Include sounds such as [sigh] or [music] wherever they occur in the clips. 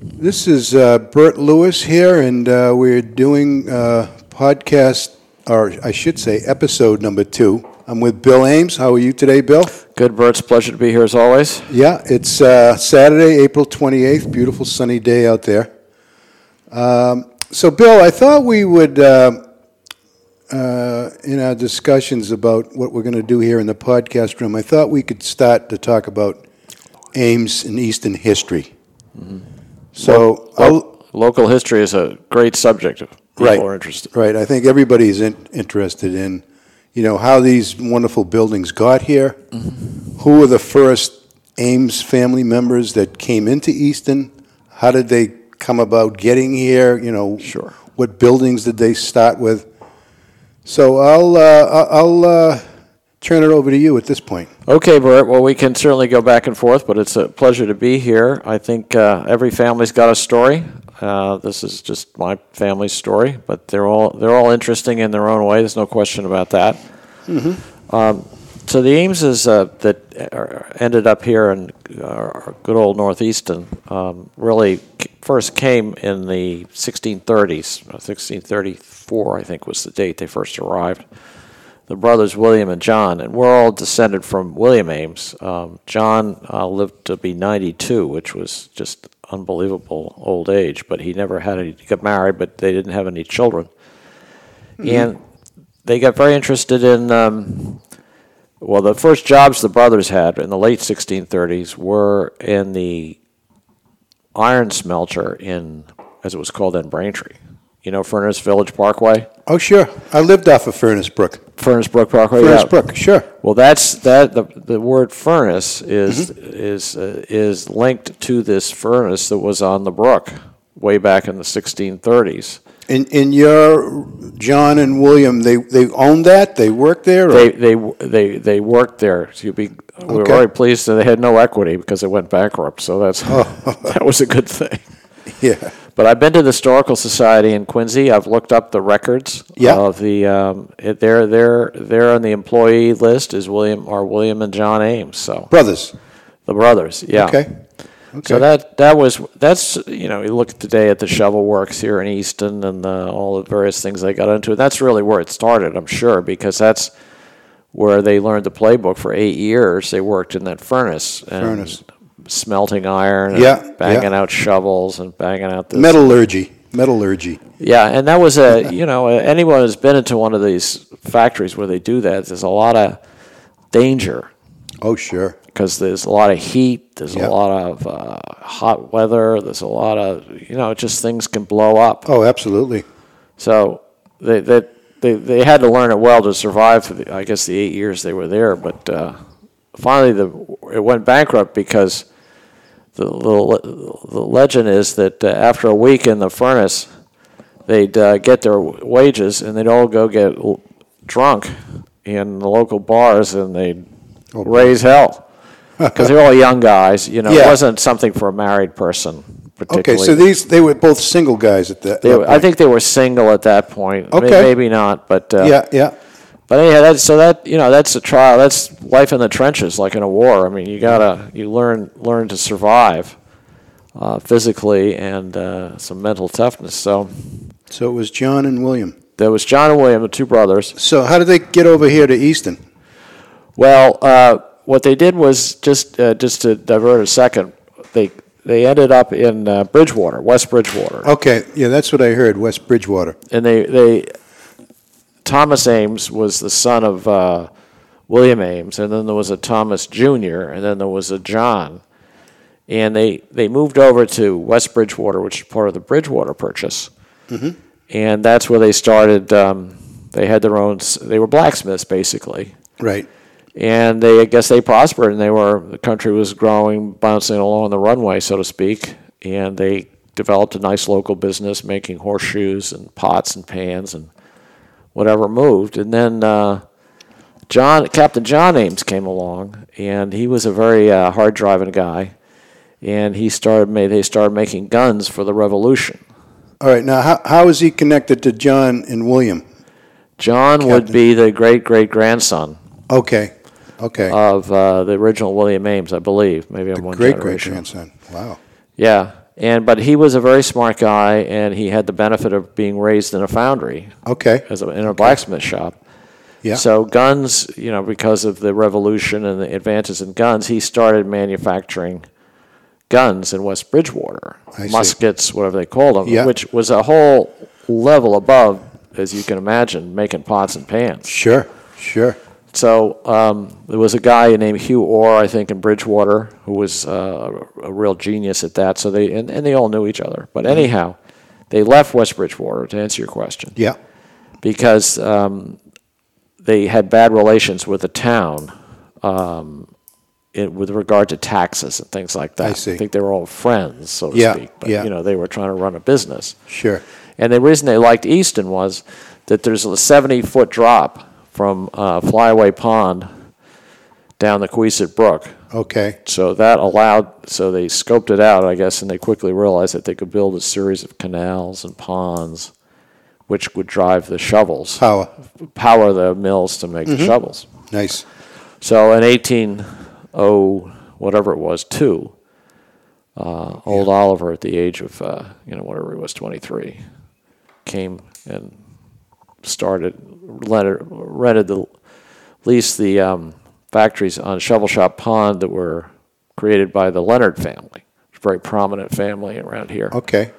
This is uh, Bert Lewis here, and uh, we're doing uh, podcast, or I should say, episode number two. I'm with Bill Ames. How are you today, Bill? Good, Bert. It's a pleasure to be here as always. Yeah, it's uh, Saturday, April 28th. Beautiful sunny day out there. Um, so, Bill, I thought we would, uh, uh, in our discussions about what we're going to do here in the podcast room, I thought we could start to talk about Ames and Easton history. So, I'll. Local history is a great subject if people Right. are interested. Right, I think everybody's in, interested in, you know, how these wonderful buildings got here. Mm-hmm. Who were the first Ames family members that came into Easton? How did they come about getting here? You know, Sure. What buildings did they start with? So I'll uh, I- I'll uh, turn it over to you at this point. Okay, Bert. Well, we can certainly go back and forth, but it's a pleasure to be here. I think uh, every family's got a story. Uh, this is just my family's story, but they're all they're all interesting in their own way. There's no question about that. Um, So the Ameses uh, that are, ended up here in uh, good old Northeastern um, really c- first came in the 1630s. 1634, I think, was the date they first arrived. The brothers William and John, and we're all descended from William Ames. Um, John uh, lived to be 92, which was just unbelievable old age. But he never had any. He got married, but they didn't have any children. And they got very interested in. Um, well, the first jobs the brothers had in the late 1630s were in the iron smelter in, as it was called then, Braintree. You know, Furnace Village Parkway, Oh, sure. I lived off of Furnace Brook. Furnace Brook Parkway. Furnace Oh, yeah. Brook, sure. Well, that's that. The, the word furnace is Mm-hmm. is uh, is linked to this furnace that was on the brook way back in the 1630s. In in your John and William, they they owned that. They worked there. Or? They they they they worked there. So you'd be we were Okay. very pleased that they had no equity because they went bankrupt. So that's Oh. [laughs] that was a good thing. yeah. But I've been to the historical society in Quincy. I've looked up the records Yeah. of the um, it, they're they're they're on the employee list is William are William and John Ames. So Brothers. the brothers, yeah. Okay. So that that was that's you know you look today at the shovel works here in Easton and the, all the various things they got into. That's really where it started, I'm sure, because that's where they learned the playbook for eight years. They worked in that furnace, and Furnace. smelting iron, and Yeah, banging yeah. out shovels and banging out this Metallurgy. Metallurgy. yeah, and that was a you know anyone who's been into one of these factories where they do that, there's a lot of danger Oh, sure. because there's a lot of heat, there's Yeah. a lot of uh, hot weather, there's a lot of you know just things can blow up. Oh, absolutely. So they that they, they had to learn it well to survive for the, I guess the eight years they were there. But uh, finally, the it went bankrupt because the the, le- the legend is that uh, after a week in the furnace, they'd uh, get their wages and they'd all go get l- drunk in the local bars and they'd Oh, [laughs] raise hell because they're all young guys. You know, Yeah. it wasn't something for a married person. Okay, Particularly. so these they were both single guys at that. They, that were- I point. think they were single at that point. May- Okay. Maybe not, but uh, yeah, yeah. But anyhow, that's, so that you know, that's a trial. That's life in the trenches, like in a war. I mean, you gotta you learn learn to survive uh, physically and uh, some mental toughness. So So it was John and William. there was John and William, the two brothers. So how did they get over here to Easton? Well, uh, what they did was just uh, just to divert a second. They they ended up in uh, Bridgewater, West Bridgewater. Okay, yeah, that's what I heard. West Bridgewater. and they they Thomas Ames was the son of uh, William Ames, and then there was a Thomas Jr., and then there was a John, and they they moved over to West Bridgewater, which is part of the Bridgewater Purchase, and that's where they started. Um, they had their own. s- They were blacksmiths basically, Right. and they I guess they prospered, and they were the country was growing, bouncing along the runway, so to speak, and they developed a nice local business making horseshoes and pots and pans and whatever moved, and then uh, John Captain John Ames came along, and he was a very uh, hard driving guy, and he started made they started making guns for the Revolution. All right. Now, how, how is he connected to John and William? John would be the great great grandson Okay. Okay. uh, of uh, the original William Ames, I believe. Maybe I'm one Great great generation. grandson. Wow. Yeah, And but he was a very smart guy, and he had the benefit of being raised in a foundry, Okay. as a, in a blacksmith shop. Yeah. So guns, you know, because of the revolution and the advances in guns, he started manufacturing guns in West Bridgewater, I see. muskets, whatever they called them, Yeah. which was a whole level above, as you can imagine, making pots and pans. Sure. Sure. So um, there was a guy named Hugh Orr, I think, in Bridgewater, who was uh, a real genius at that. So they and, and they all knew each other. But Mm-hmm. anyhow, they left West Bridgewater to answer your question Yeah. because um, they had bad relations with the town um, it, with regard to taxes and things like that. I see. think they were all friends, so to Yeah, speak. But yeah. you know, they were trying to run a business. Sure. And the reason they liked Easton was that there's a 70 foot drop from uh, Flyaway Pond down the Queeset Brook. Okay. So that allowed, so they scoped it out, I guess, and they quickly realized that they could build a series of canals and ponds, which would drive the shovels, Power. power the mills to make the shovels. Nice. So in 180, whatever it was, two, uh, old Oliver at the age of, uh, you know, whatever he was, 23, came and started, rented, rented the, leased the um, factories on Shovel Shop Pond that were created by the Leonard family, a very prominent family around here. Okay.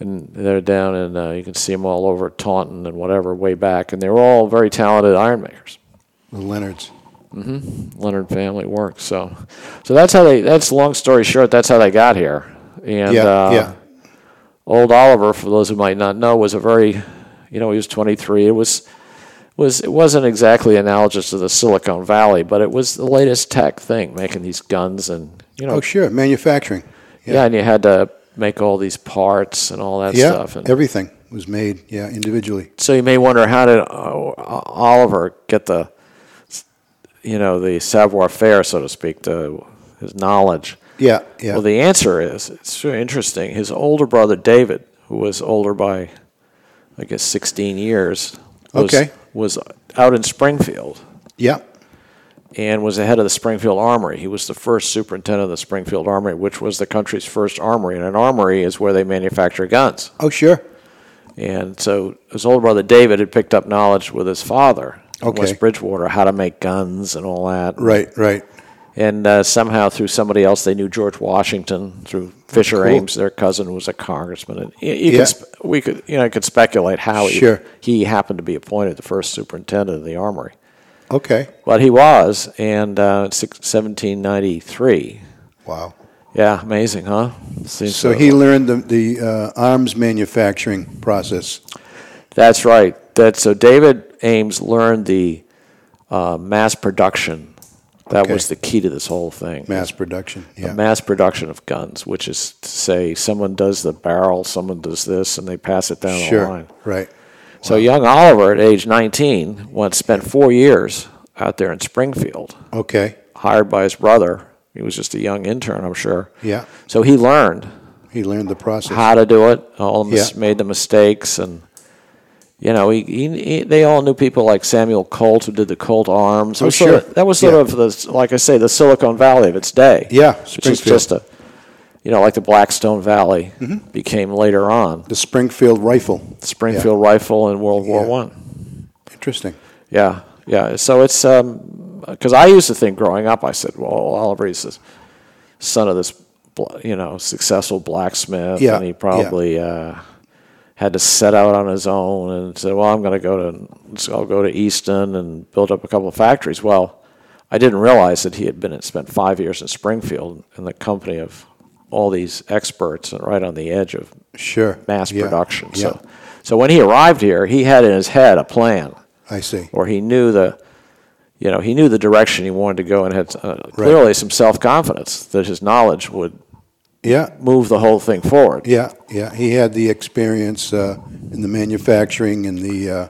And they're down in, uh, you can see them all over Taunton and whatever, way back. And they were all very talented ironmakers. The Leonards. Leonard family work. So, so that's how they. That's long story short. That's how they got here. And Yeah. uh, yeah. old Oliver, for those who might not know, was a very, you know, he was 23. It was, was it wasn't exactly analogous to the Silicon Valley, but it was the latest tech thing, making these guns and you know, Oh, sure. Manufacturing. yeah. and you had to make all these parts and all that Yeah. stuff. And Everything was made. Yeah. Individually. so you may wonder how did uh, Oliver get the, you know, the savoir faire, so to speak, the his knowledge. Yeah. Yeah. Well, the answer is it's very interesting. His older brother David, who was older by, I guess, sixteen years, was, Okay. was out in Springfield yeah. and was the head of the Springfield Armory. He was the first superintendent of the Springfield Armory, which was the country's first armory, and an armory is where they manufacture guns. Oh, sure. And so his older brother David had picked up knowledge with his father. in Okay. West Bridgewater, how to make guns and all that. Right. Right. And uh, somehow through somebody else, they knew George Washington through Fisher Cool. Ames, their cousin, was a congressman. And you, you Yeah. could sp- we could you know could speculate how Sure. he, he happened to be appointed the first superintendent of the armory, Okay. but he was. And uh, six, 1793, Wow. yeah, amazing, huh? Seems So he learned the, the uh, arms manufacturing process. That's right. That so David Ames learned the uh, mass production. That Okay. was the key to this whole thing. Mass production. a Yeah. mass production of guns, which is to say someone does the barrel, someone does this, and they pass it down the Sure. line. Right. So young Oliver, at age 19, once spent four years out there in Springfield, Okay. hired by his brother. He was just a young intern, I'm sure. Yeah. So he learned He learned the process. how to do it. All of us Yeah. made the mistakes, and you know, he, he, he- they all knew people like Samuel Colt who did the Colt Arms. It Oh, was sort of- sure. that was sort Yeah. of the like I say, the Silicon Valley of its day. Yeah, which is Springfield. just a you know, like the Blackstone Valley Mm-hmm. became later on The Springfield rifle. Springfield Rifle in World War Yeah. One. Interesting. Yeah, yeah. So it's because I used to think growing up, I said, "Well, Oliver is the son of this, bl- you know, successful blacksmith, Yeah, and he yeah. probably uh, had to set out on his own and said, well, I'm going to go to, let's- I'll go to Easton and build up a couple of factories.' Well, I didn't realize that he had been and spent five years in Springfield in the company of all these experts and right on the edge of Sure. mass Yeah. production. Yeah. So, so when he arrived here, he had in his head a plan I see. or he knew the you know he knew the direction he wanted to go and had uh, clearly some self-confidence that his knowledge would Yeah. move the whole thing forward Yeah. Yeah. He had the experience uh, in the manufacturing and the. Uh,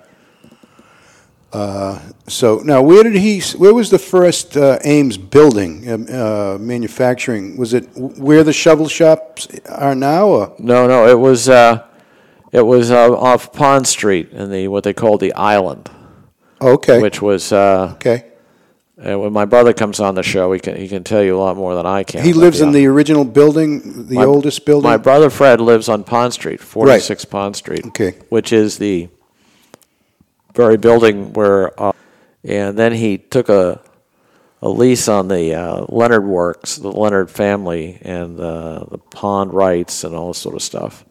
uh, so now, where did he? Where was the first uh, Ames building um, uh, manufacturing? Was it where the shovel shops are now? Or? no no it was uh, it was uh, off pond street in the what they called the island Okay. which was uh, okay. And when my brother comes on the show, he can he can tell you a lot more than I can. He but lives in yeah. the original building, the My- oldest building. My brother Fred lives on Pond Street, 46 Pond Street. Okay. Which is the very building where, uh, and then he took a, a lease on the uh, Leonard Works, the Leonard family, and uh, the pond rights and all this sort of stuff.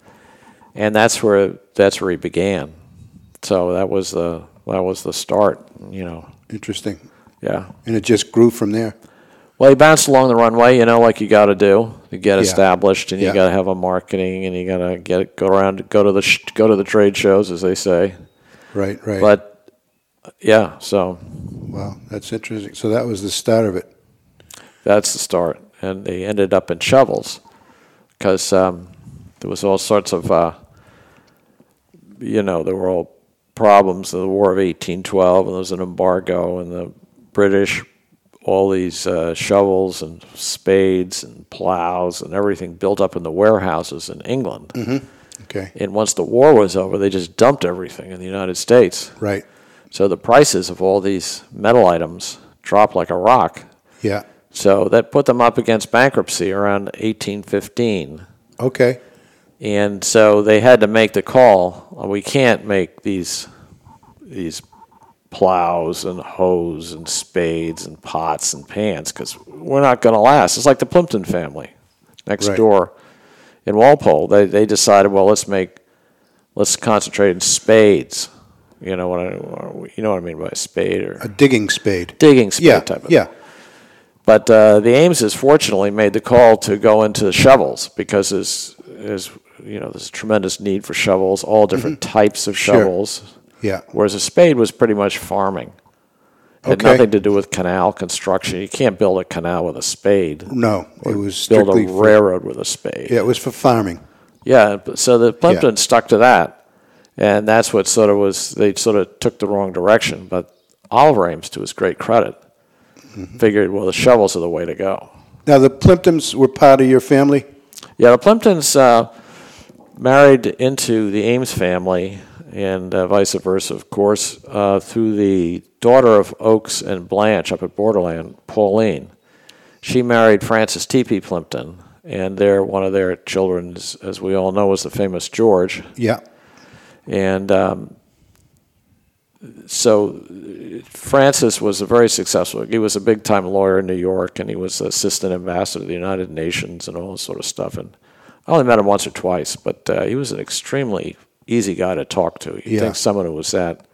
And that's where that's where he began. So that was the that was the start. You know, Interesting. yeah. And it just grew from there. Well, you bounce along the runway, you know, like you got to do to get established, and you Yeah. got to have a marketing, and you got to get go around, go to the sh- go to the trade shows, as they say. Right, right. But yeah, so wow, that's interesting. So that was the start of it. that's the start, and they ended up in shovels because um, there was all sorts of, uh, you know, there were all problems of the War of 1812, and there was an embargo, and the British, all these uh, shovels and spades and plows and everything built up in the warehouses in England. Okay, And once the war was over, they just dumped everything in the United States. right. So the prices of all these metal items dropped like a rock. Yeah. So that put them up against bankruptcy around 1815. Okay. And so they had to make the call. "Oh, We can't make these these plows and hoes and spades and pots and pans because we're not going to last. It's like the Plimpton family next Right. door in Walpole. They they decided, well, let's make let's concentrate in spades. You know what I you know what I mean by spade or A digging spade. digging spade Uh, yeah. type of yeah. but uh, the Ameses fortunately made the call to go into the shovels because there's, there's you know there's a tremendous need for shovels, all different Mm-hmm. types of shovels. Yeah. Whereas a spade was pretty much farming. It had Okay. nothing to do with canal construction. You can't build a canal with a spade. No, it was Build strictly a for- railroad with a spade. yeah, it was for farming. Yeah, but- so the Plimpton stuck to that, and that's what sort of was they sort of took the wrong direction. But Oliver Ames, to his great credit, Mm-hmm. figured well the shovels are the way to go. Now the Plimptons were part of your family. Yeah, the Plimptons uh, married into the Ames family and uh, vice versa, of course, uh, through the daughter of Oakes and Blanche up at Borderland, Pauline. She married Francis T.P. Plimpton, and their, one of their children, is- as we all know, was the famous George. Yeah. And um, so Francis was a very successful. He was a big time lawyer in New York, and he was assistant ambassador to the United Nations and all this sort of stuff. And I only met him once or twice, but uh, he was an extremely easy guy to talk to. You would Yeah. think someone who was that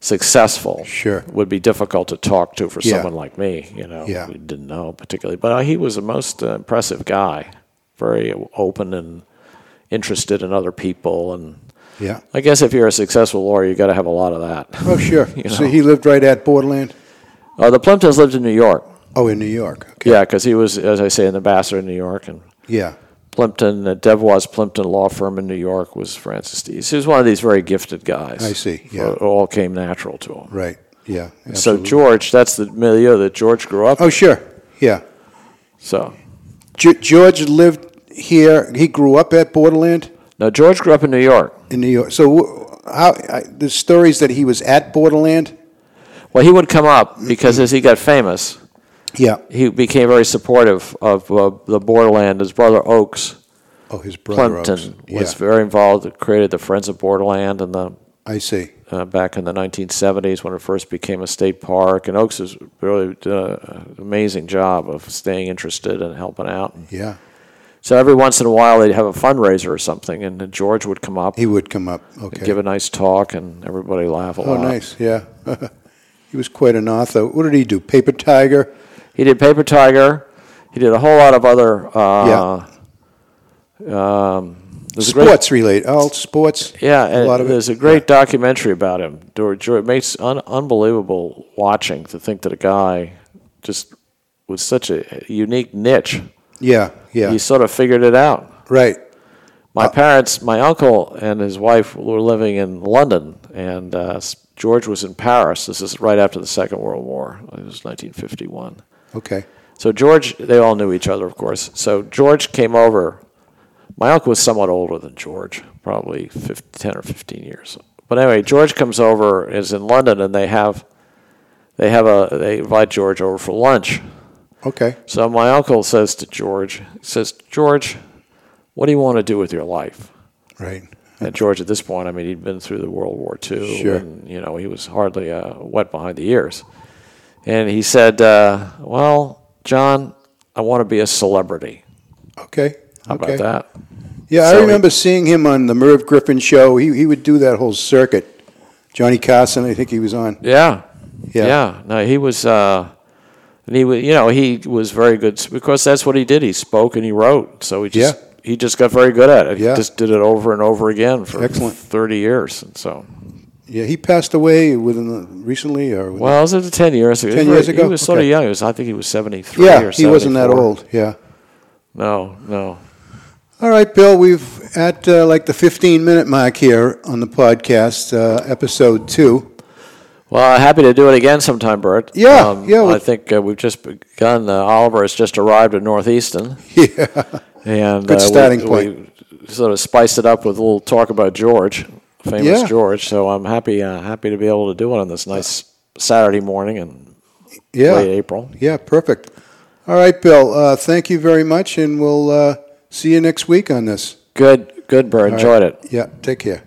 successful Sure. would be difficult to talk to for Yeah. someone like me, you know, Yeah. who didn't know particularly. But uh, he was a most uh, impressive guy, very open and interested in other people and Yeah. I guess if you're a successful lawyer, you got to have a lot of that. Oh, sure. [laughs] You So know. he lived right at Borderland. Uh, the Plimptons lived in New York. Oh, in New York. Okay. Yeah, because he was, as I say, an ambassador in New York. And Yeah. Plimpton, uh, Devois Plimpton Law Firm in New York was Francis D. He was one of these very gifted guys. I see, So yeah. It all came natural to him. Right. Yeah. So absolutely. George, that's the milieu that George grew up Oh, in. sure. Yeah. So, Ge- George lived here. He grew up at Borderland now George grew up in New York. in New York. So wh- how I, the stories that he was at Borderland? Well, he would come up Mm-hmm. because as he got famous, Yeah. he became very supportive of uh, the borderland. His brother Oakes Oh, his brother. Plimpton Oaks. was yeah. very involved, created the Friends of Borderland and the I see. uh, back in the 1970s when it first became a state park. And Oaks has really done an amazing job of staying interested and helping out. Yeah. So every once in a while they'd have a fundraiser or something, and then George would come up, He would come up. Okay. give a nice talk, and everybody laugh a oh, lot. nice. Yeah. [laughs] he was quite an author. What did he do? Paper Tiger. He did Paper Tiger. He did a whole lot of other. Uh, um, there's a great- Sports related. All sports. Yeah, A and lot of it. there's a great documentary about him. Dor- Dor- It makes un- unbelievable watching to think that a guy just with such a unique niche, Yeah. Yeah. Uh, he sort of figured it out. right. My parents, my uncle and his wife were living in London, and uh, s- George was in Paris. This is right after the Second World War. It was 1951. Okay. So George, they all knew each other, of course. So George came over. My uncle was somewhat older than George, probably 15, 10 or 15 years. But anyway, George comes over, is in London, and they have they have a they invite George over for lunch. Okay. So my uncle says to George, he says George, what do you want to do with your life? Right. And George, at this point, I mean, he'd been through the World War II, Sure. and you know, he was hardly uh, wet behind the ears. And he said, uh, "Well, John, I want to be a celebrity. Okay. How okay. about that?" Yeah, So I he- remember seeing him on the Merv Griffin show. He he would do that whole circuit. Johnny Carson, I think he was on. Yeah, Yeah. yeah. No, he was, uh, and he was, you know, he was very good s- because that's what he did. He spoke and he wrote. So he just Yeah. he just got very good at it. Yeah. He just did it over and over again for Excellent. thirty years. And so, Yeah, he passed away within the, recently or within- well, it was it ten years ago? 10 He was- years ago? he was sort Okay. of young. He was, I think, he was seventy three. yeah, or he wasn't that 74. old. Yeah. No, no. All right, Bill, we've at uh, like the 15 minute mark here on the podcast, uh, episode two. [laughs] Well, happy to do it again sometime, Bert. Yeah, yeah, we- I think uh, we've just begun. Uh, Oliver has just arrived at Northeastern. Yeah. And Good uh, we- starting we, point. sort of spiced it up with a little talk about George, famous Yeah. George. So I'm happy, uh, happy to be able to do it on this nice Saturday morning in late Yeah. April. Yeah, perfect. All right, Bill, uh, thank you very much, and we'll uh, see you next week on this. Good, good, Bert. All right. Enjoyed it. Yeah, take care.